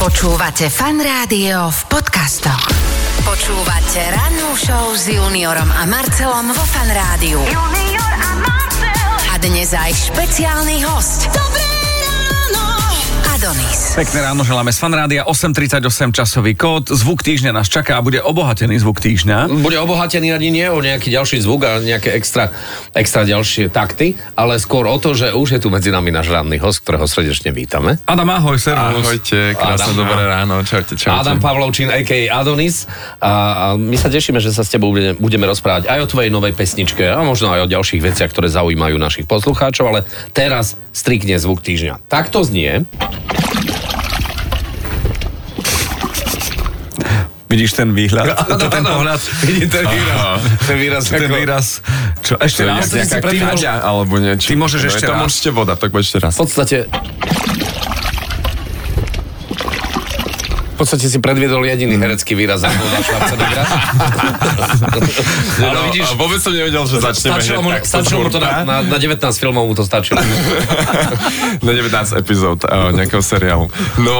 Počúvate fan rádio v podcastoch. Počúvate rannú show s Juniorom a Marcelom vo fan rádiu. Junior a Marcel. A dnes aj špeciálny host. Dobré ráno. Adonis. Pekné ráno želáme z fanrádia 838 časový kód. Zvuk týždňa nás čaká a bude obohatený zvuk týždňa. bude obohatený ani nie o nejaký ďalší zvuk a nejaké extra, extra ďalšie takty, ale skôr o to, že už je tu medzi nami náš ranný host, ktorého srdečne vítame. Adam, ahoj, servus. Ahojte, krásne Adam. dobré ráno, čaute, čaute. Adam Pavlovčín, a.k.a. Adonis. A, a my sa tešíme, že sa s tebou budeme, budeme rozprávať aj o tvojej novej pesničke a možno aj o ďalších veciach, ktoré zaujímajú našich poslucháčov, ale teraz strikne zvuk týždňa. Takto znie. Vidíš ten výhľad? To ten pohľad. Vidíte ten výraz. Aha. Ten výraz. Ten ako- výraz. Čo, ešte To je raz? jak nejaká si predtým- kňaďa alebo niečo. Ty môžeš No, je ešte to raz. môžete voda, tak poď ešte raz. V podstate... V podstate si predviedol Mhm. jediný herecký výraz a bol No, Ale vidíš, a vôbec som nevedel, že začneme stačilo hneď mu, tak stačilo mu to na, na, na 19 filmov mu to stačilo. na 19 epizód uh, nejakého seriálu. No,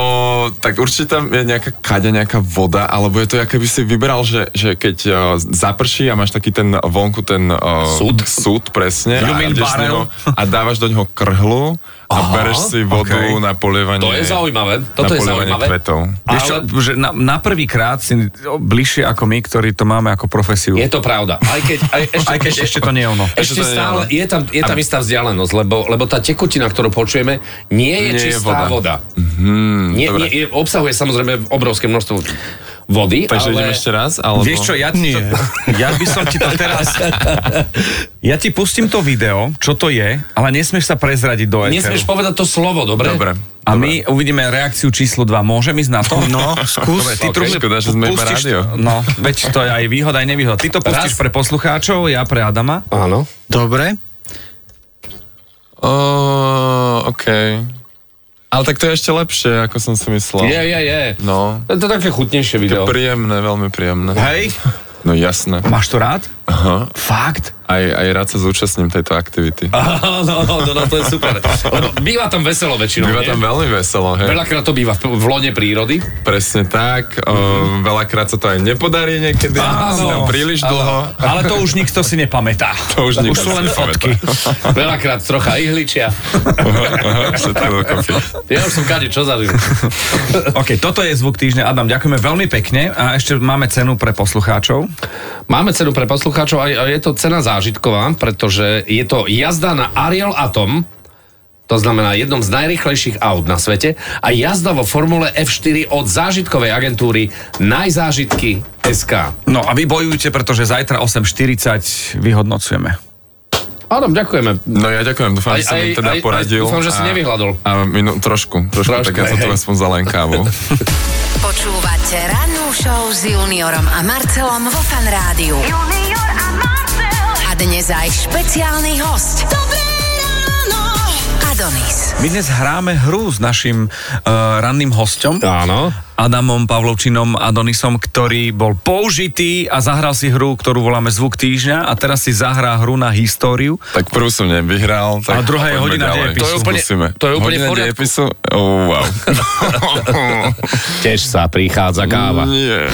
tak určite tam je nejaká kaďa, nejaká voda, alebo je to, aké by si vyberal, že, že keď uh, zaprší a máš taký ten vonku ten... Uh, Súd? Súd, presne. You mean a, ideš s barel? ním a dávaš do neho krhlu a Aha, bereš si vodu okej. na polievanie... To je zaujímavé. na Toto je polievanie zaujímavé. kvetov. Vieš čo, Ale- že na, na prvýkrát si o, bližšie ako my, ktorí to máme ako profesiu. Je to pravda. Aj keď, aj, ešte, Aj keď ešte to nie je ono. Ešte Ešte to nie je stále ono. je tam, je tam istá vzdialenosť, lebo, lebo tá tekutina, ktorú počujeme, nie je Nie je čistá voda. Mhm, voda. Nie, dobre. nie, je- obsahuje samozrejme obrovské množstvo vody, Takže ale... ideme ešte raz, alebo... Vieš čo, ja, ti to, ja by som ti to teraz... Ja ti pustím to video, čo to je, ale nesmieš sa prezradiť do éteru. Nesmieš povedať to slovo, dobre? Dobre. A my uvidíme reakciu číslo 2. Môžem ísť na to? No, skús. Dobre, ty Ok, trúbne škoda, že sme iba pustíš- rádio. No, veď to je aj výhoda, aj nevýhoda. Ty to pustíš Raz. pre poslucháčov, ja pre Adama. Áno. Dobre. Ó, OK. Ale tak to je ešte lepšie, ako som si myslel. Je, je, je. No. To je to také chutnejšie Je video. príjemné, veľmi príjemné. Hej. No jasné. Máš to rád? Aha. Fakt? Aj, aj rád sa zúčastním tejto aktivity. Áno, no, no, no, to je super. Lebo býva tam veselo väčšinou, Býva nie? tam veľmi veselo, hej. Veľakrát to býva v, v lone prírody. Presne tak. Mhm. Um, veľakrát sa to aj nepodarí niekedy. Áno. si tam príliš dlho. Ale to už nikto si nepamätá. To už nikto sú si len nepamätá. fotky. Veľakrát trocha ihličia. Aha, aha, všetko dokopy. Ja už som kade čo zažil. OK, toto je zvuk týždňa. Adam, ďakujeme veľmi pekne a ešte máme cenu pre poslucháčov. Máme cenu pre poslucháčov a je to cena zážitková, pretože je to jazda na Ariel Atom, to znamená jednom z najrychlejších aut na svete a jazda vo formule F4 od zážitkovej agentúry Najzážitky SK. No a vy bojujte, pretože zajtra 8.40 vyhodnocujeme. Áno, ďakujeme. No ja ďakujem, dúfam, Aj- že som im aj- aj- teda aj- poradil. dúfam, že si a- nevyhľadol. A minú, trošku, trošku, tak Trošku, ja som tu hej. aspoň zalenkávo. Počúvate rannú show s Juniorom a Marcelom vo fan rádiu. Junior a Marcel. A dnes aj špeciálny host. Dobré ráno. Adonis. My dnes hráme hru s našim uh, ranným hostom. Áno. Adamom Pavlovčinom Adonisom, ktorý bol použitý a zahral si hru, ktorú voláme Zvuk týždňa a teraz si zahrá hru na históriu. Tak prvú som nevyhral. Tak A druhá je poďme hodina ďalej. dejepisu. To je úplne, Skúsime. to je úplne v hodina poriadku. dejepisu? Oh, wow. Tiež sa prichádza káva. Nie.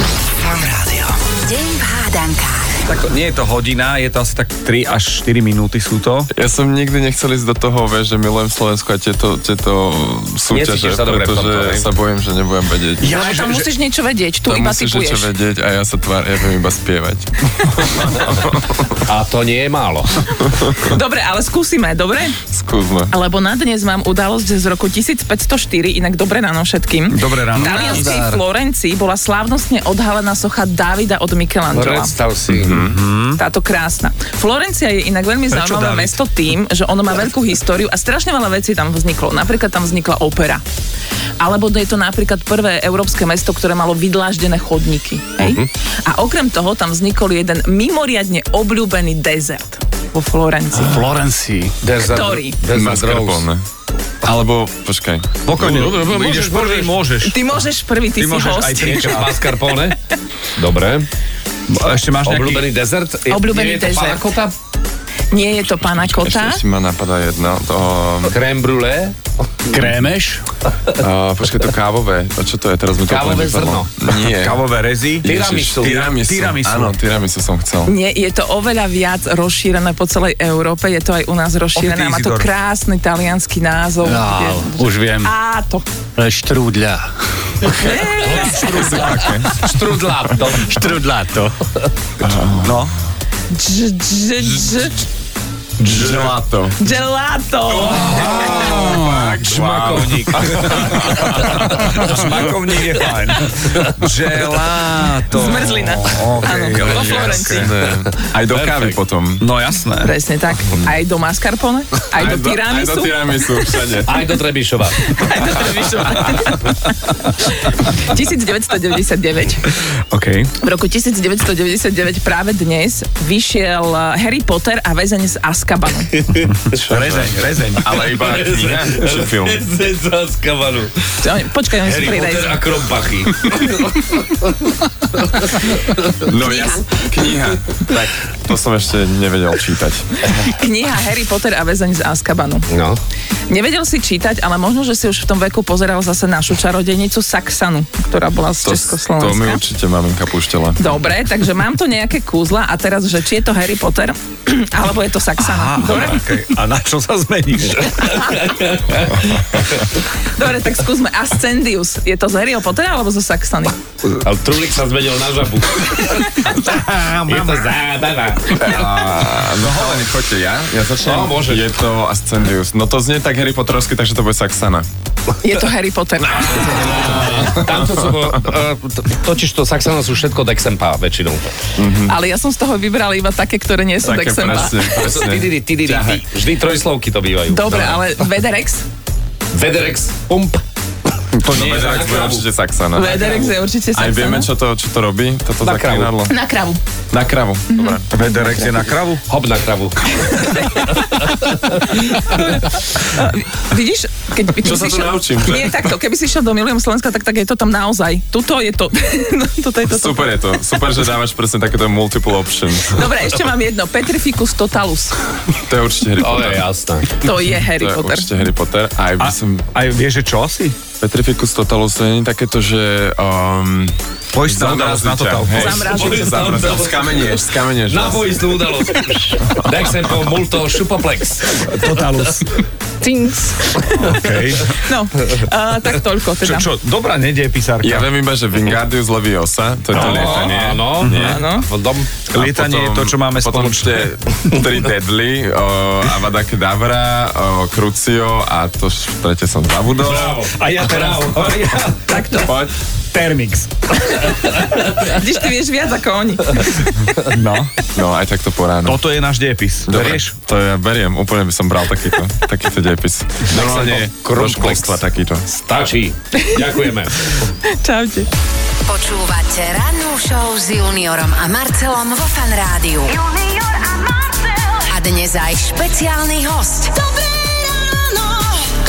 Deň v hádankách. Tak nie je to hodina, je to asi tak 3 až 4 minúty sú to. Ja som nikdy nechcel ísť do toho, vieš, že milujem Slovensko a tieto, tieto súťaže, Necítiš sa dobre v pretože tomto, hej? sa bojím, že nebudem vedieť. Ja, Ale tam musíš niečo vedieť, tu Tam iba musíš niečo typuješ. vedieť a ja sa tvár, ja viem iba spievať. A to nie je málo. Dobre, ale skúsime, dobre? Skúsme. Lebo na dnes mám udalosť z roku 1504, inak dobre ráno všetkým. Dobré ráno. V talianskej Florencii bola slávnostne odhalená socha Davida od Michelangela. Predstav si. Táto krásna. Florencia je inak veľmi Hm? Prečo zaujímavé Dávid? mesto tým, že ono má veľkú históriu a strašne veľa vecí tam vzniklo. Napríklad tam vznikla opera. Alebo je to napríklad prvé európske mesto, ktoré malo vydláždené chodníky. Mhm. Hej? A okrem toho tam vznikol jeden mimoriadne obľúbený dezert vo Florencii. Florencii. Desert, Ktorý? Mascarpone. Alebo, počkaj. Pokojne, No, dobre, môžeš, ideš prvý, môžeš. Ty môžeš prvý, ty, Ty si môžeš host. aj Niečo z mascarpone? Dobre. Ešte máš nejaký... Obľúbený dezert? Je- Obľúbený nie je to dezert. panakota? nie je to pána Kota. Ešte si ma napadá jedno. To, um, Krém brule, Krémeš? uh, počkaj, to kávové. A čo to je? Teraz mi to úplne Kávové vypadlo. Nie. Kávové rezy? Ježiš, Tiramisu. Tiramisu. Tiramisu. Áno, tiramisu som chcel. Nie, je to oveľa viac rozšírené po celej Európe, je to aj u nás rozšírené. a Má Isidor. to krásny talianský názov. Á, kde- už viem. Á, to. Štrúdľa. štrudlát. to- Štrúdľa to. No. Dž, dž, dž, Gelato. gelato. No, Žmakovník. Žmakovník je fajn. Želáto. Zmrzlina. Áno, Okay, vo Florencii. Aj do kávy potom. No jasné. Presne tak. Aj do mascarpone, aj do Aj do tiramisu. tiramisu, všade. Aj do Trebišova. Aj do tiramisu. 1999. OK. V roku 1999 práve dnes vyšiel eh, Harry Potter a väzeň z Azkabanu. Rezeň, rezeň. Ale iba kniha, či film. Zaskavanu. Čo, Počkaj, oni sú Harry pri Potter rejze. a Krompachy. No ja, kniha. Tak, to som ešte nevedel čítať. Kniha Harry Potter a väzeň z Azkabanu. No. Nevedel si čítať, ale možno, že si už v tom veku pozeral zase našu čarodejnicu Saxanu, ktorá bola To, z to mi Československa. určite maminka púšťala. Dobre, takže mám tu nejaké kúzla a teraz, že či je to Harry Potter, alebo je to Saxana. Dobre? Okay. A na čo sa zmeníš? Dobre, tak skúsme Ascendius. Je to z Harryho Pottera alebo zo Saxony? Ale Trulik sa zmenil na žabu. Je to zábava. A, no chalani, choďte, ja? Ja začnem? No, môžeš. Je to Ascendius. No to znie tak Harry Potterovsky, takže to bude Saxana. Je to Harry Potter. No. Tamto sú... eh, to- Totiž to Saxano sú všetko Dexempa väčšinou. Ale ja som z toho vybrala iba také, ktoré nie sú Také Dexemba. presne, presne. Tididi, tididi, ti. Vždy trojslovky to bývajú. Dobre, ale Vederex? Vederex, pump. To nie je tak, bude určite Saxana. Vederex je určite Aj Saxana. vieme, čo to, čo to robí, toto Na kravu. zaklinadlo. Na kravu. Na kravu, dobre. Vederek je na kravu? Hop na kravu. Vidíš, keď, keď Čo sa si tu šiel- naučím, že? Nie, takto, keby si šiel do Milujem Slovenska, tak, tak je to tam naozaj. Tuto je to. No, Toto je to. Super je to, super, že dávaš presne takéto multiple options. Dobre, ešte mám jedno. Petrificus totalus. To je určite Harry To je Potter. jasné. To je Harry To je Potter. určite Harry Potter. Aj by som... Aj vieš, že čo si? Petrificus Totalus to nie je takéto, že... Um, Poď sa udáš na to tam. hej. Zamrazil. Určite zamrazil. Skamenieš, skamenieš. Na vás. poistnú udalosť. Dexempo, multo, šupoplex. Totalus. Tings. Okay. No, uh, tak Čo, toľko teda. čo, dobrá nedie písarka. Ja viem iba, že Vingardius Leviosa, to je to lietanie. Áno, no. áno. A Dom. No. Lietanie je to, čo máme potom spoločné. ešte tri Deadly, o, Avada Kedavra, o, Crucio a to š- tretie som zabudol. Bravo. A ja teraz. A ja, takto. Poď. Termix. Vidíš, ty vieš viac ako oni. No. No, aj takto po ráno. Toto je náš diepis. Dobre, Vieš? to ja beriem, úplne by som bral takýto, takýto depis. Normálne do Krumplex. školstva takýto. Stačí. Ďakujeme. Čaute. Počúvate rannú show s Juniorom a Marcelom vo Fan Rádiu. Junior a Marcel. A dnes aj špeciálny host. Dobré ráno.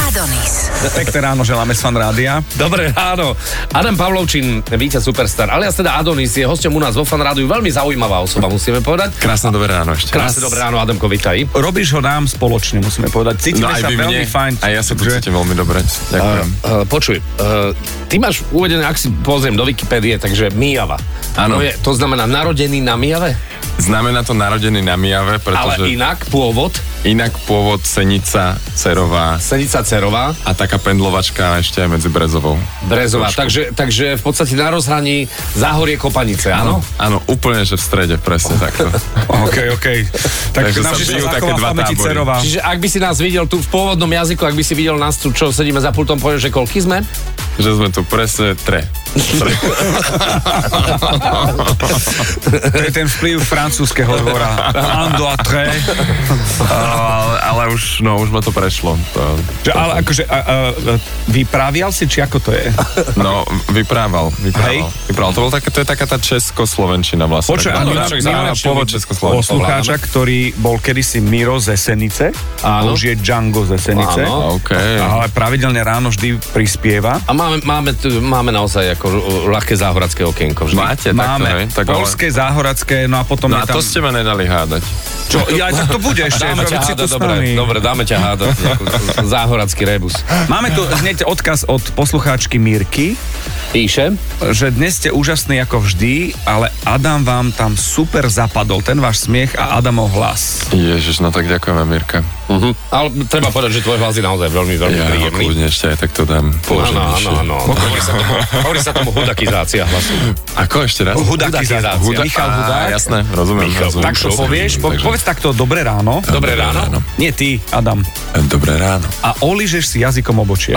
Adonis. Pekné ráno teda želáme z fan rádia. Dobre, áno. Adam Pavlovčin, víťaz Superstar, alias teda Adonis, je hosťom u nás vo Fanrádiu. Veľmi zaujímavá osoba, musíme povedať. Krásne dobré ráno ešte. Krásne, dobré ráno, Adamko, vítaj. Robíš Čo nám spoločne musíme povedať. Cítime No aj sa vy veľmi mne, fajn. a ja sa tu že- cítim veľmi dobre. Ďakujem. Uh, počuj, uh, ty máš uvedené, ak si pozriem do Wikipédie, takže Mijava. Áno. To, je, to znamená narodený na Mijave, Znamená to narodený na Mijave, ale pretože inak pôvod, inak pôvod Senica, Cerová Senica Cerová, a taká pendlovačka ešte aj medzi Brezovou. Brezová. Takže, takže v podstate na rozhraní Záhorie Kopanice, áno? Áno, úplne, že v strede, presne takto. OK, OK. Tak Takže sa navždy bijú sa také zachováva dva pamäti tábory. Cerová. Čiže ak by si nás videl tu v pôvodnom jazyku, ak by si videl nás tu, čo sedíme za pultom, poviem, že koľky sme? že sme tu presne tre. To je ten vplyv francúzského dvora. Un, deux, trois. ale, ale už, no, už ma to prešlo. To, Že, ale akože, a, a, a, vyprávial si, či ako to je? no, vyprával, vyprával. Hej. vyprával. To, bol také, to je taká tá českoslovenčina vlastne. Počkaj, Taká- áno, Áno, však znamená zahraničný pôvod Československa. Poslucháča, ktorý bol kedysi Miro ze Senice. Áno. Už je Django ze Senice. Áno. OK. Ale pravidelne ráno vždy prispieva. A máme, máme, tu- máme naozaj okienko, ru- ľahké záhoracké okienko vždy. Máte takto, hej? Máme Tak ale- polské, záhoracké, no a potom No je a tam... to ste ma nedali hádať. Čo, ja, tak to bude ešte, Dáme ťa robiť si hádať, to s dobre, nami. dobre, dáme ťa hádať. Jakub, Záhoracký rebus. Máme tu hneď odkaz od poslucháčky Mirky, Píše, že dnes ste úžasní ako vždy, ale Adam vám tam super zapadol, ten váš smiech a Adamov hlas. Ježiš, no tak ďakujeme, Mirka. Hm. ale treba povedať, že tvoj hlas je naozaj veľmi, veľmi Ja ho príjemný. kľudne ešte aj tak to dám Áno, áno, položenejšie. áno. Hovorí sa tomu, hovorí sa tomu hudakizácia hlasu. Ako ešte raz? Hudakizácia. Huda- Michal Á, Hudák. Jasné, rozumiem. Michal, rozumiem. Tak to Rozumiem, povieš, po, takže- povedz takto, dobré ráno. Dobré ráno. Nie ty, Adam. Dobré ráno. A oližeš si jazykom obočie.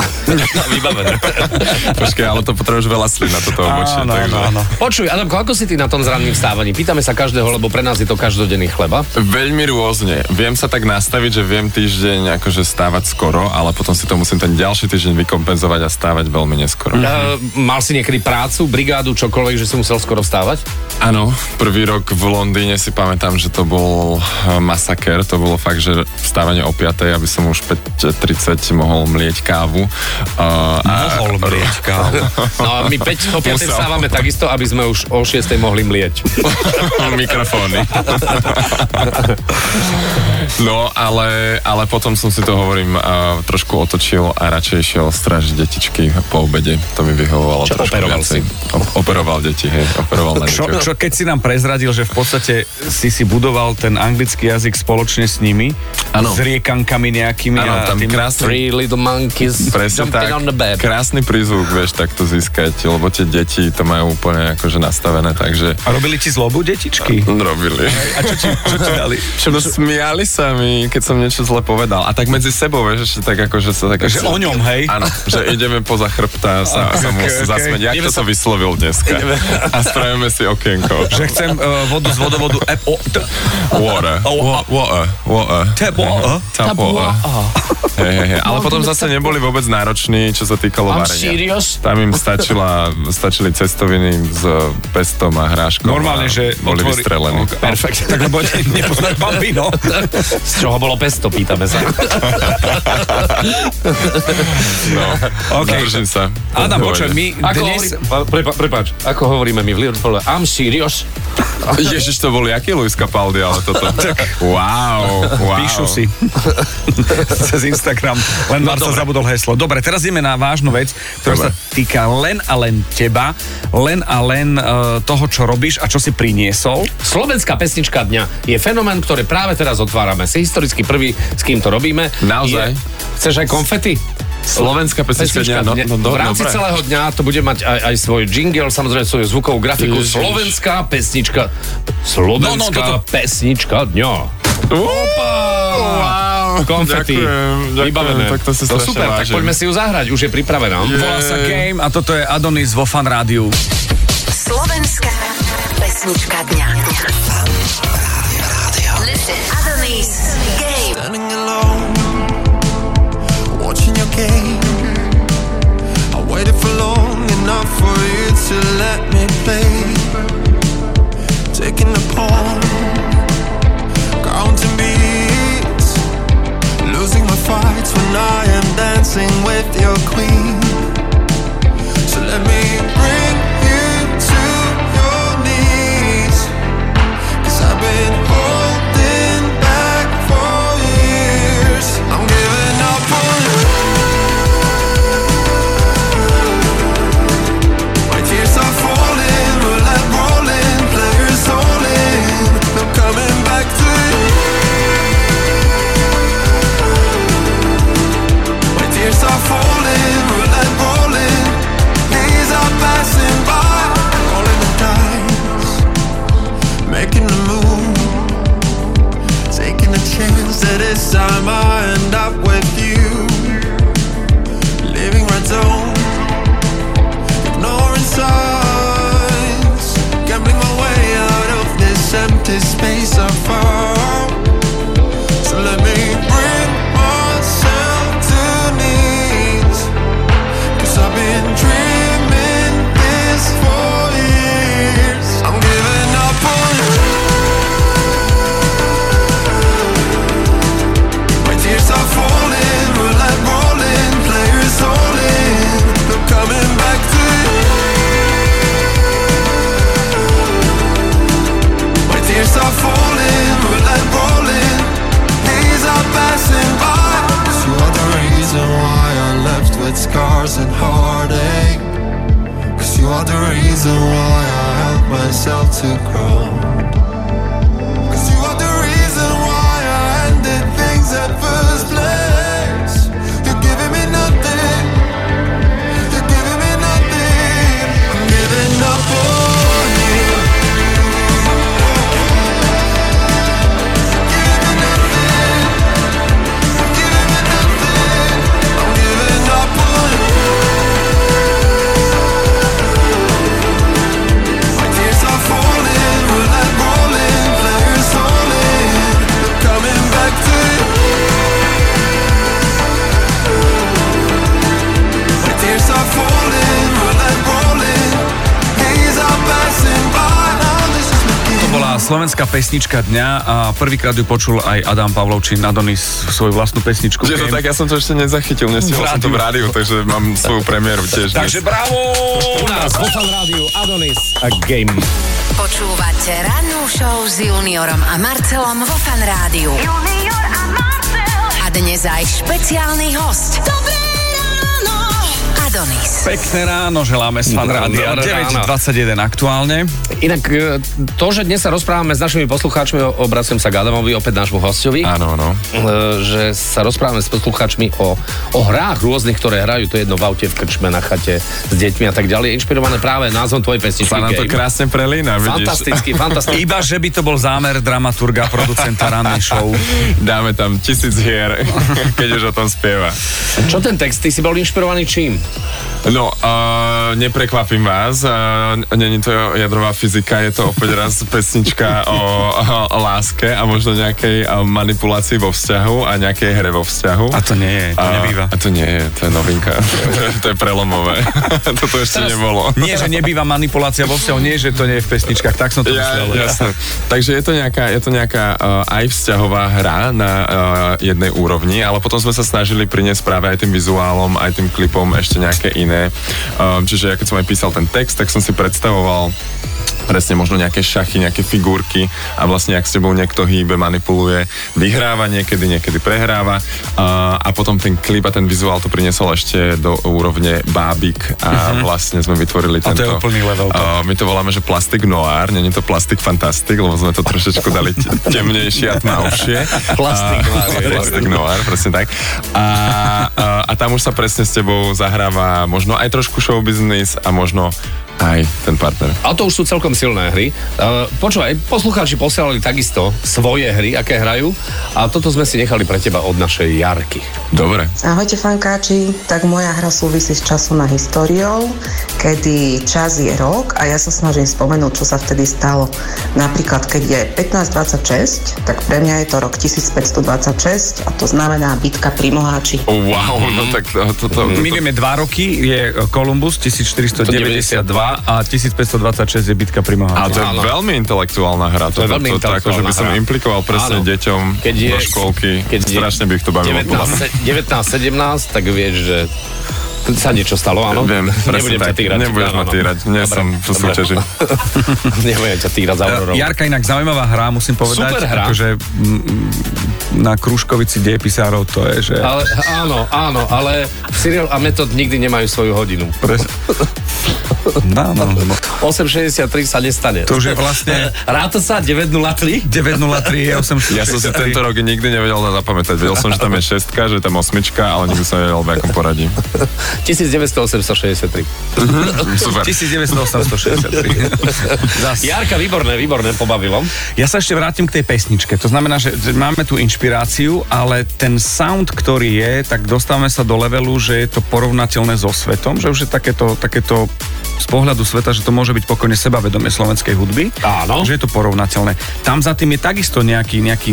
Vybavené. Počkaj, ale to potrebuješ veľa slín na toto obočie. Áno, áno, takže... áno. Počuj, Adamko, ako si ty na tom s ranným vstávaním? Pýtame sa každého, lebo pre nás je to každodenný chleba. Veľmi rôzne. Viem sa tak nastaviť, že viem týždeň akože stávať skoro, ale potom si to musím ten ďalší týždeň vykompenzovať a stávať veľmi neskoro. Uh, mal si niekedy prácu, brigádu, čokoľvek, že si musel skoro vstávať? Áno, prvý rok v Londýne si pamätám, že to bol eh, masaker, to bolo fakt, že vstávanie o 5, aby som už 5.30 mohol mlieť kávu. Uh, a Mohol brieť kávu. No a my 5 o 5 Musel. vstávame takisto, aby sme už o 6 mohli mlieť. mikrofóny. No, ale, ale potom som si to, hovorím, uh, trošku otočil a radšej šiel strážiť detičky po obede. To mi vyhovovalo Čo, trošku operoval viacej. O- operoval deti, hej. Operoval na Čo, deťoch. čo keď si nám prezradil, že v podstate si si budoval ten anglický jazyk spoločne s nimi, Áno. s riekankami nejakými Áno, a tam tým krásne Three little monkeys Presne jumping tak. on the bed. Krásny prízvuk, vieš, takto získať, lebo tie deti to majú úplne akože nastavené, takže A robili ti zlobu detičky? robili. A čo ti, čo ti dali? Čo, no, smiali sa mi, keď som niečo zle povedal. A tak medzi sebou, vieš, ešte tak akože sa tak... Že o ňom, hej? Áno, že ideme poza chrbta a sa, sa mu okay. zasmeť. Jak to sa vyslovil dneska? A spravíme si okienko. Že chcem uh, vodu z vodovodu F, o, t, Water. Wa- Water. Water. Tap water. Tap water. Hej, hej, hej. Ale potom zase neboli vôbec nároční, čo sa týkalo I'm varenia. serious. Tam im stačila, stačili cestoviny s eh, pestom a hráškom. a Normálne, že boli otvorí- vystrelení. Ok, Perfekt. Tak lebo nepoznať no. bambino. Z čoho bolo pesto, pýtame sa. No. Ok. Držím sa. Adam, Pohode. počuj, my Ako dnes... hovorí- Pa- prepa, prepáč, ako hovoríme my v Liverpoole? I'm serious. Ježiš, to bol jaký Luis Capaldi, ale toto. Wow, wow. Píšu si cez Instagram. Len no, Marta zabudol heslo. Dobre, teraz ideme na vážnu vec, ktorá sa Dobre. týka len a len teba, len a len uh, toho, čo robíš a čo si priniesol. Slovenská pesnička dňa je fenomén, ktorý práve teraz otvárame. Si historicky prvý, s kým to robíme. Naozaj? Je, chceš aj konfety? Slovenská pesnička dňa. No, no, do, v rámci dobre. celého dňa to bude mať aj, aj svoj jingle, samozrejme svoju zvukovú grafiku. Ježiš. No, Slovenská pesnička. No, Slovenská no, toto- pesnička dňa. Opa! Wow. Konfety. Ďakujem, ďakujem. Vybavené. Tak to si no, strašne super, tak vážim. poďme si ju zahrať, už je pripravená. Volá sa Game a toto je Adonis vo Fan Rádiu. Slovenská pesnička dňa. Listen, Adonis, Game. Standing alone, watching your game. I waited for long enough for you to let me play. Taking the pawn, counting beats, losing my fights when I am dancing with your queen. So let me bring you to your knees. Cause I've been holding back for years. I'm giving up on you. You are the reason why I help myself to grow. Cause you are the reason why I ended things at first place. You're giving me nothing. You're giving me nothing. I'm giving up on you. Giving me nothing. Giving me nothing. I'm giving up on you. My tears are falling, roulette rolling, players holding, coming back to you. My tears are falling, roulette rolling, days are passing by. Now this is making To bola slovenská pesnička dňa a prvýkrát ju počul aj Adam Pavlovčín Adonis svoju vlastnú pesničku. Je to Game. tak, ja som to ešte nezachytil, nestihol som to v rádiu, takže mám svoju premiéru tiež. Takže bravo! U nás vo Fan Rádiu Adonis a Game. Počúvate rannú show s Juniorom a Marcelom vo Fan Rádiu. Junior a Marcel. A dnes aj špeciálny host. Dobré ráno! Adonis. Pekné ráno, želáme s fan Dobré rádia. ráno. 9.21 aktuálne. Inak e, to, že dnes sa rozprávame s našimi poslucháčmi, o- obraciam sa k Adamovi, opäť nášmu hostovi, Áno, áno. e, že sa rozprávame s poslucháčmi o, o hrách rôznych, ktoré hrajú, to je jedno v aute, v krčme, na chate, s deťmi a tak ďalej, inšpirované práve názvom tvojej pesničky. Sa nám to Game. krásne prelína, vidíš. Fantasticky, fantasticky. Iba, že by to bol zámer dramaturga, producenta rannej show. Dáme tam tisíc hier, keď už o tom spieva. Čo ten text, ty si bol inšpirovaný čím? No, uh, neprekvapím vás, uh, není to jadrová fyzika, je to opäť raz pesnička o, o láske a možno nejakej uh, manipulácii vo vzťahu a nejakej hre vo vzťahu. A to nie je, to A- nebýva. A to nie je, to je novinka. to je prelomové. Toto ešte nebolo. Nie, že nebýva manipulácia vo vzťahu, nie, že to nie je v pesničkách, tak som to myslel. Ja, jasné. Takže je to nejaká, je to nejaká uh, aj vzťahová hra na uh, jednej úrovni, ale potom sme sa snažili priniesť práve aj tým vizuálom, aj tým klipom ešte nejaké iné. Um, čiže ja keď som aj písal ten text, tak som si predstavoval presne možno nejaké šachy, nejaké figurky a vlastne ak s tebou niekto hýbe, manipuluje, vyhráva niekedy, niekedy prehráva a, a potom ten klip a ten vizuál to priniesol ešte do úrovne bábik a vlastne sme vytvorili Mhm. A to je tento... úplný level, to. a, my to voláme, že plastik noir, není to plastik fantastik, lebo sme to trošičku dali t- temnejšie a tmavšie. Plastik A- noir. Plastik noir, presne tak. A, a, a tam už sa presne s tebou zahráva možno aj trošku show business a možno aj ten partner. A to už sú celkom silné hry. Uh, počúvaj, poslucháči posielali takisto svoje hry, aké hrajú. A toto sme si nechali pre teba od našej Jarky. Dobre. Ahojte fankáči, tak moja hra súvisí s času na históriou, kedy čas je rok a ja sa snažím spomenúť, čo sa vtedy stalo. Napríklad, keď je 1526, tak pre mňa je to rok 1526 a to znamená bitka pri Moháči. Oh, wow, no Mhm. tak to, to, to, My vieme, dva roky je Kolumbus 1492 a 1526 je bitka A pri to Moháči. je Áno. veľmi intelektuálna hra. To, To je veľmi to, to, to akože by som intelektuálna hra. implikoval presne Áno. deťom Keď je- do školky. keď je- Strašne by ich to bavilo. 19, podľa mňa. se- 19, 17, tak vieš, že sa niečo stalo, áno? Viem, presne no, Nebudem ťa tak. týrať. Nebudeš Áno, ma áno. týrať. Nie Dobre, som v dobre. súťaži. Nebudem ťa týrať za Aurorou. Jarka inak zaujímavá hra, musím povedať. Super hra. Akože, mm, na Kruškovici dejepisárov to je, že... Ale, áno, áno, ale Cyril a Metod nikdy nemajú svoju hodinu. Pres- No, no, no. 8.63 sa nestane. To už je vlastne Ráta sa 9.03. 903 je 8 Ja som si tento rok nikdy nevedel na zapamätať. Vedel som, že tam je šestka, že je tam osmička, ale nikdy som nevedel, v akom poradí. 1963. Super. 1983. Jarka, výborné, výborné, pobavilo. Ja sa ešte vrátim k tej pesničke. To znamená, že že máme tú inšpiráciu, ale ten sound, ktorý je, tak dostávame sa do levelu, že je to porovnateľné so svetom, že už je takéto, takéto z pohľadu sveta, že to môže byť pokojne sebavedomie slovenskej hudby. Áno. Že je to porovnateľné. Tam za tým je takisto nejaký, nejaký,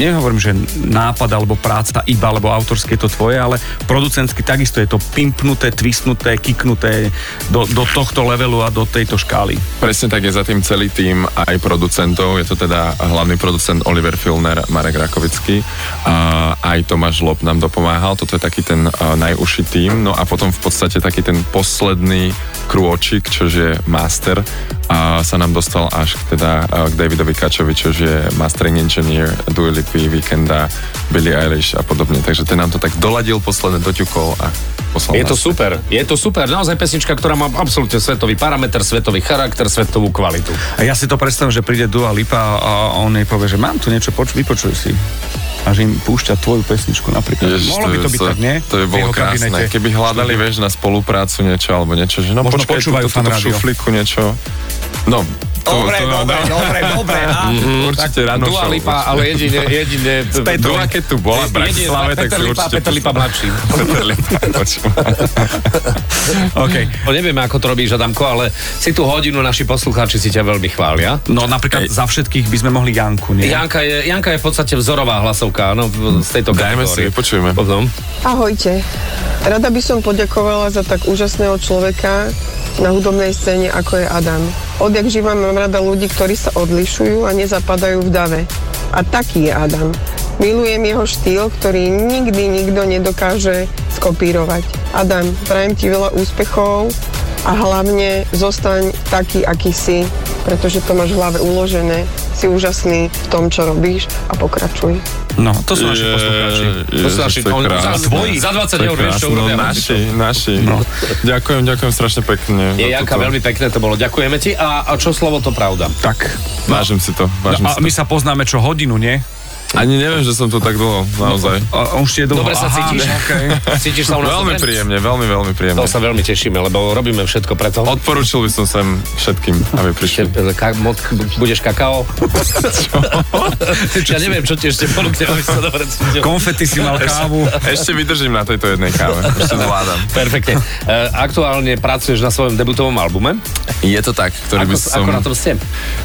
nehovorím, že nápad alebo práca iba, alebo autorské je to tvoje, ale producentsky takisto je to pimpnuté, twistnuté, kiknuté do, do tohto levelu a do tejto škály. Presne tak je za tým celý tým aj producentov. Je to teda hlavný producent Oliver Filner, Marek Rakovický. A aj Tomáš Lob nám dopomáhal. Toto je taký ten uh, najužší tým. No a potom v podstate taký ten posledný krôč Kovačík, čo je master, a sa nám dostal až k teda a k Davidovi Kačovi, čo je mastering engineer Dua Lipy, Weekenda, Billie Eilish a podobne. Takže ten nám to tak doladil, posledné doťukol a poslal Je nás. to super, je to super. Naozaj pesnička, ktorá má absolútne svetový parameter, svetový charakter, svetovú kvalitu. A ja si to predstavím, že príde Dua Lipa a on jej povie, že mám tu niečo, poč- vypočuj si. A že im púšťa tvoju pesničku napríklad. Ježiš, Mohlo by to byť tak, nie? To by V bolo jeho krásne. kabinete. Keby hľadali, vieš, na spoluprácu niečo alebo niečo, že no Možno počkaj, počúvajú tuto, tuto v fan rádio. šuflíku niečo. No, to, Dobre, to, dobre, no, dobre, dobre. á. Určite ráno Dua show. Lipa, ale jedine, jedine... Dua, keď tu bola v Jedine Bratislave, tak Peter si Lipa, určite... Peter Lipa mladší. Peter Lipa, počúva. OK. No, nevieme, ako to robíš, Adamko, ale si tu hodinu naši poslucháči si ťa veľmi chvália. No napríklad za všetkých by sme mohli Janku, nie? Janka je, Janka je v podstate vzorová hlasovka, áno, v- z tejto Dajme si, kategórie. vypočujeme. Potom. Ahojte. Rada by som poďakovala za tak úžasného človeka na hudobnej scéne, ako je Adam. Odjak živa mám rada ľudí, ktorí sa odlišujú a nezapadajú v dave. A taký je Adam. Milujem jeho štýl, ktorý nikdy nikto nedokáže skopírovať. Adam, prajem ti veľa úspechov a hlavne zostaň taký, aký si, pretože to máš v hlave uložené. Si úžasný v tom, čo robíš a pokračuj. No, to sú naši poslucháči. Ježiš, To sú naši- to je on- krásne. za tvoji, za 20 To je eur vieš, čo krásne. urobia. No, naši, naši. Ďakujem, ďakujem strašne pekne. za Je Janka No, toto. veľmi pekné to bolo, ďakujeme ti. A, a čo slovo to pravda? Tak. Vážim si to, vážim No, A si my to. sa poznáme čo hodinu, nie? Ani neviem, že som tu tak dlho, naozaj. A on už je dlho. Dobre sa Aha, cítiš? okej. Cítiš no, sa u nás Veľmi dobre? príjemne, veľmi, veľmi príjemne. To sa veľmi tešíme, lebo robíme všetko preto. Odporučil by som sem všetkým, aby prišli. Ka- mo- budeš kakao? ja neviem, čo ti ešte ponúkne, aby sa dobre cítil. Konfety si mal kávu. Ešte vydržím na tejto jednej káve. Ešte zvládam. Perfektne. E, Aktuálne pracuješ na svojom debutovom albume. Je to tak, ktorý Ako, by som... ako na tom ste?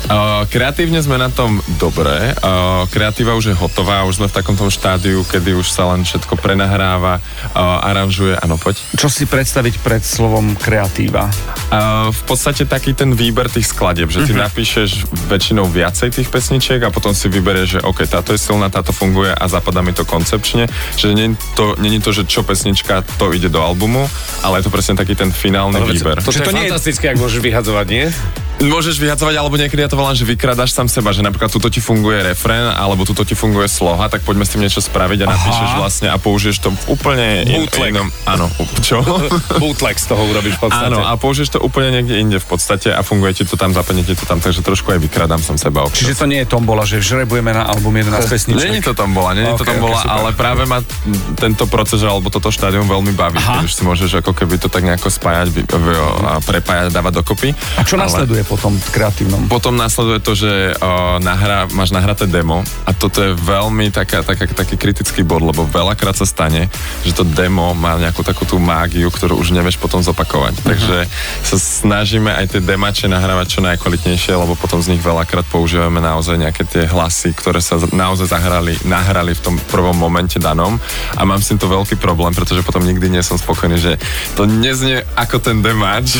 Uh, kreatívne sme na tom dobré. Uh, kreatíva už je hotová, už sme v takom tom štádiu, kedy už sa len všetko prenahráva, uh, aranžuje. Áno, poď. Čo si predstaviť pred slovom kreatíva? A v podstate taký ten výber tých skladieb, že ty napíšeš väčšinou viacej tých pesničiek a potom si vyberieš, že OK, táto je silná, táto funguje a zapadá mi to koncepčne, že není to, není to že čo pesnička, to ide do albumu, ale je to presne taký ten finálny výber. To, to, to je nie je- fantastické, ak môžeš vyhadzovať, nie? Môžeš vyhadzovať, alebo niekedy ja to volám, že vykradáš sám seba, že napríklad tuto ti funguje refrén, alebo tuto ti funguje sloha, tak poďme s tým niečo spraviť a napíšeš vlastne a použiješ to v úplne in- Bootleg. inom... Áno, u- čo? Bootleg z toho urobíš v podstate. Áno, a použiješ to úplne niekde inde v podstate a funguje ti to tam, zaplne ti to tam, takže trošku aj vykradám som seba občas. Čiže to nie je tombola, že žrebujeme na album 11 pesniček. Není to tam bola, není to Ok, tam ok, bola, super. ale práve ma tento proces alebo toto štádium veľmi baví, keď už si môžeš ako keby to tak nejako spájať vy- vy- a prepájať, dávať dokopy. A čo Ale- nasleduje potom v kreatívnom? Potom následuje to, že uh, nahra, máš nahraté demo a toto je veľmi taká, taká, taký kritický bod, lebo veľakrát sa stane, že to demo má nejakú takú tú mágiu, ktorú už nevieš potom zopakovať. Takže sa snažíme aj tie demače nahrávať čo najkvalitnejšie, lebo potom z nich veľakrát používame naozaj nejaké tie hlasy, ktoré sa z- naozaj zahrali, nahrali v tom prvom momente danom a mám s tým to veľký problém, pretože potom nikdy nie som spokojný, že to neznie ako ten demač.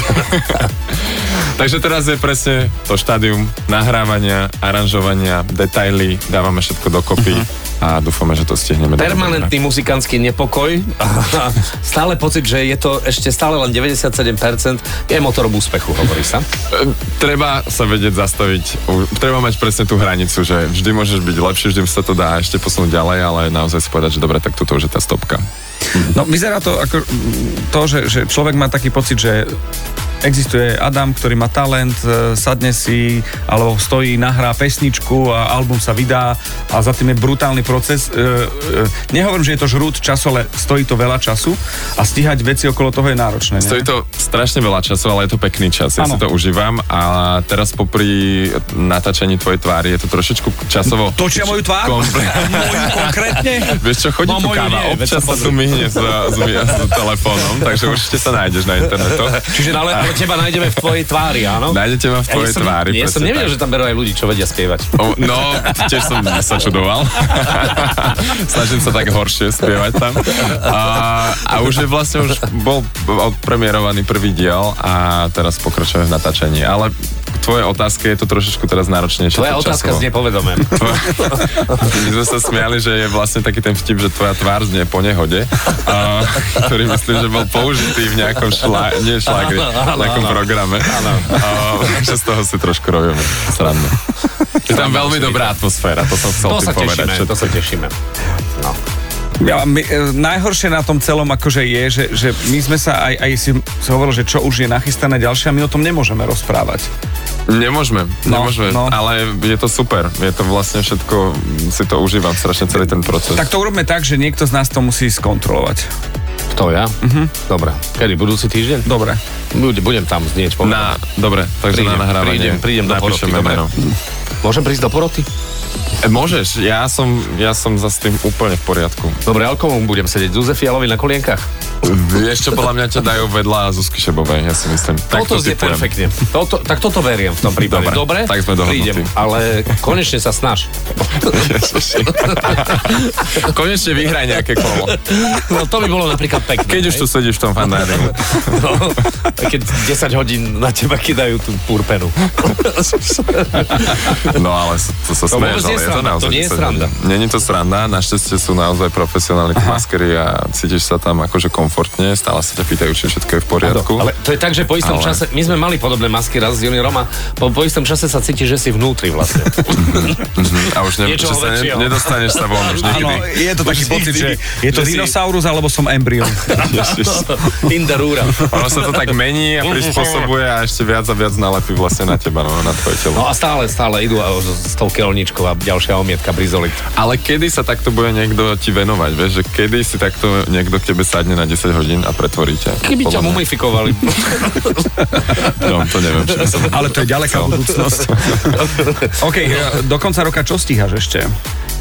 Takže teraz je presne to štádium nahrávania, aranžovania, detaily, dávame všetko dokopy a dúfame, že to stihneme. do Permanentný muzikantský nepokoj. A stále pocit, že je to ešte stále len 97%. Je motorom úspechu, hovorí sa. novembra. E, Treba sa vedieť zastaviť, u- treba mať presne tú hranicu, že vždy môžeš byť lepší, vždy sa to dá ešte posunúť ďalej, ale naozaj si povedať, že dobre, tak toto už je tá stopka. No vyzerá to ako mm, to, že, že človek má taký pocit, že existuje Adam, ktorý má talent, e, sadne si, alebo stojí, nahrá pesničku a album sa vydá a za tým je brutálny proces. E, e, Nehovorím, že je to žrút času, ale stojí to veľa času a stíhať veci okolo toho je náročné. Stojí Nie? to strašne veľa času, ale je to pekný čas. Ja si Áno. to užívam a teraz popri natáčaní tvojej tvári je to trošičku časovo... Točia moju tvár? Komple- Moju konkrétne? Vieš čo, chodí No, tu moju káva, nie, veď občas sa sa tu myhne s, s, s telefónom, takže určite sa nájdeš na internetu. Čiže ale ale teba nájdeme v tvojej tvári, áno? Nájdete ma v tvojej ja som, tvári. Ja som presne nevedel, tak. že tam berú aj ľudí, čo vedia spievať. O, No, tiež som sa čudoval. Snažím sa tak horšie spievať tam. A, a už je vlastne, už bol odpremierovaný prvý diel a teraz pokračujeme v natáčaní. Ale k tvojej otázke je to trošičku teraz náročnejšie. Tvoja to otázka časovo. znie povedomé. My sme sa smiali, že je vlastne taký ten vtip, že tvoja tvár znie po nehode, a, ktorý myslím, že bol použitý v nejakom šla, nie šlagri, v nejakom programe. A, že z toho si trošku robíme srandu. Je tam veľmi dobrá atmosféra, to som chcel To ti sa povedať. tešíme, že to sa tešíme. No. Ja, my, e, najhoršie na tom celom akože je, že, že my sme sa aj, aj si, si hovoril, že čo už je nachystané ďalšie a my o tom nemôžeme rozprávať. Nemôžeme, No, nemôžeme, no. ale je to super. Je to vlastne všetko, si to užívam strašne celý ten proces. Tak to urobme tak, že niekto z nás to musí skontrolovať. Kto ja? Dobre. Kedy? Budúci týždeň? Dobre. Mhm. Bude- Budem tam znieť. Na, dobre, takže Prídem, na nahrávanie. prídem, prídem do Napíšeme poroty, dobre. meno. Môžem prísť do poroty? E, Môžeš, ja som, ja som za s tým úplne v poriadku. Dobre, ale komu budem sedieť? Zuze Fialovi na kolienkach? Ešte podľa mňa ťa dajú vedľa Zuzky Šebovej, ja si myslím. toto znie typujem. perfektne. Toto, tak toto veriem v tom prípade. Dobre, Dobre, tak sme dohodnutí. prídem, ale konečne sa snaž. Ježiši. Konečne vyhraj nejaké kolo. No to by bolo napríklad pekné. Keď už tu sedíš v tom fandáriu. No, keď 10 hodín na teba kidajú tú purpenu. No ale s- to sa To smeješ, vôbec nie ale je je to sranda, naozaj... to nie je 10 sranda. hodín. Není to sranda, našťastie sú naozaj profesionálni maskery a cítiš sa tam akože komfortne, stále sa ťa pýtajú, či všetko je v poriadku. No, Ale to je tak, že po istom Ale- čase, my sme mali podobné masky raz s juniorom a po, po istom čase sa cíti, že si vnútri vlastne. Mhm, A už ne, Niečoho že sa ne, väčšieho. nedostaneš sa von už nikdy. Áno, je to taký si- pocit, že je to že si- dinosaurus alebo som embryon. Ježiš. In the rúra. Ono sa to tak mení a prispôsobuje a ešte viac a viac nalepí vlastne na teba, no, na tvoje telo. No a stále, stále idú a s tou kelničkou a ďalšia omietka brizolit. Ale kedy sa takto bude niekto ti venovať, vieš, že kedy si takto niekto k tebe sadne na 10 hodín a pretvorí ťa. Keby Podľa ťa mňa- mumifikovali. No, to neviem, či by som... Ale to je ďaleká budúcnosť. OK, e, do konca roka čo stíhaš ešte?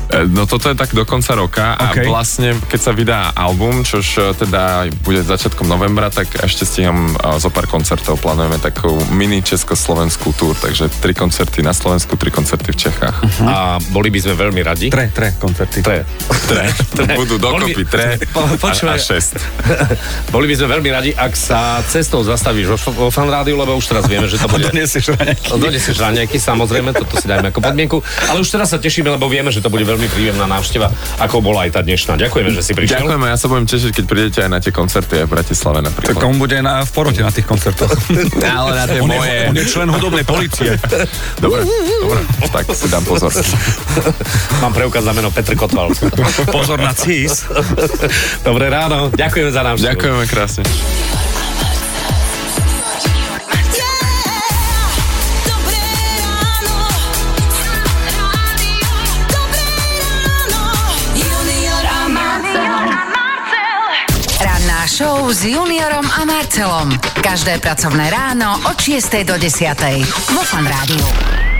E, No toto je tak do konca roka a Okej. vlastne keď sa vydá album, čo teda bude začiatkom novembra, tak ešte stíham e, zo pár koncertov. Plánujeme takú mini československú túr, takže tri koncerty na Slovensku, tri koncerty v Čechách. A boli by sme veľmi radi. Tre, tre koncerty. Tre. Tre. Budú Boli dokopy by- tre Po- a, a počúvaj. šest. Boli by sme veľmi radi, ak sa cestou zastavíš vo, vo fan rádiu, lebo už teraz vieme, že to bude... Donesieš raňaky. Donesieš raňajky, samozrejme, toto si dajme ako podmienku. Ale už teraz sa tešíme, lebo vieme, že to bude veľmi príjemná návšteva, ako bola aj tá dnešná. Ďakujeme, že si prišiel. Ďakujem a ja sa budem tešiť, keď prídete aj na tie koncerty aj v Bratislave To napríklad. komu bude na, v porote na tých koncertoch. Ale na tie On je, on je člen hudobnej policie. Dobre, dobre, tak si dám pozor. Mám preukaz na meno Petr Kotval. Pozor na CIS. Dobré ráno, ďakujeme za návštevu. Ďakujeme krásne. Dobré ráno. Rádio. Dobré ráno. Junior a Marcel. Ranná show s Juniorom a Marcelom. Každé pracovné ráno od 6 do 10 vo Fan Rádiu.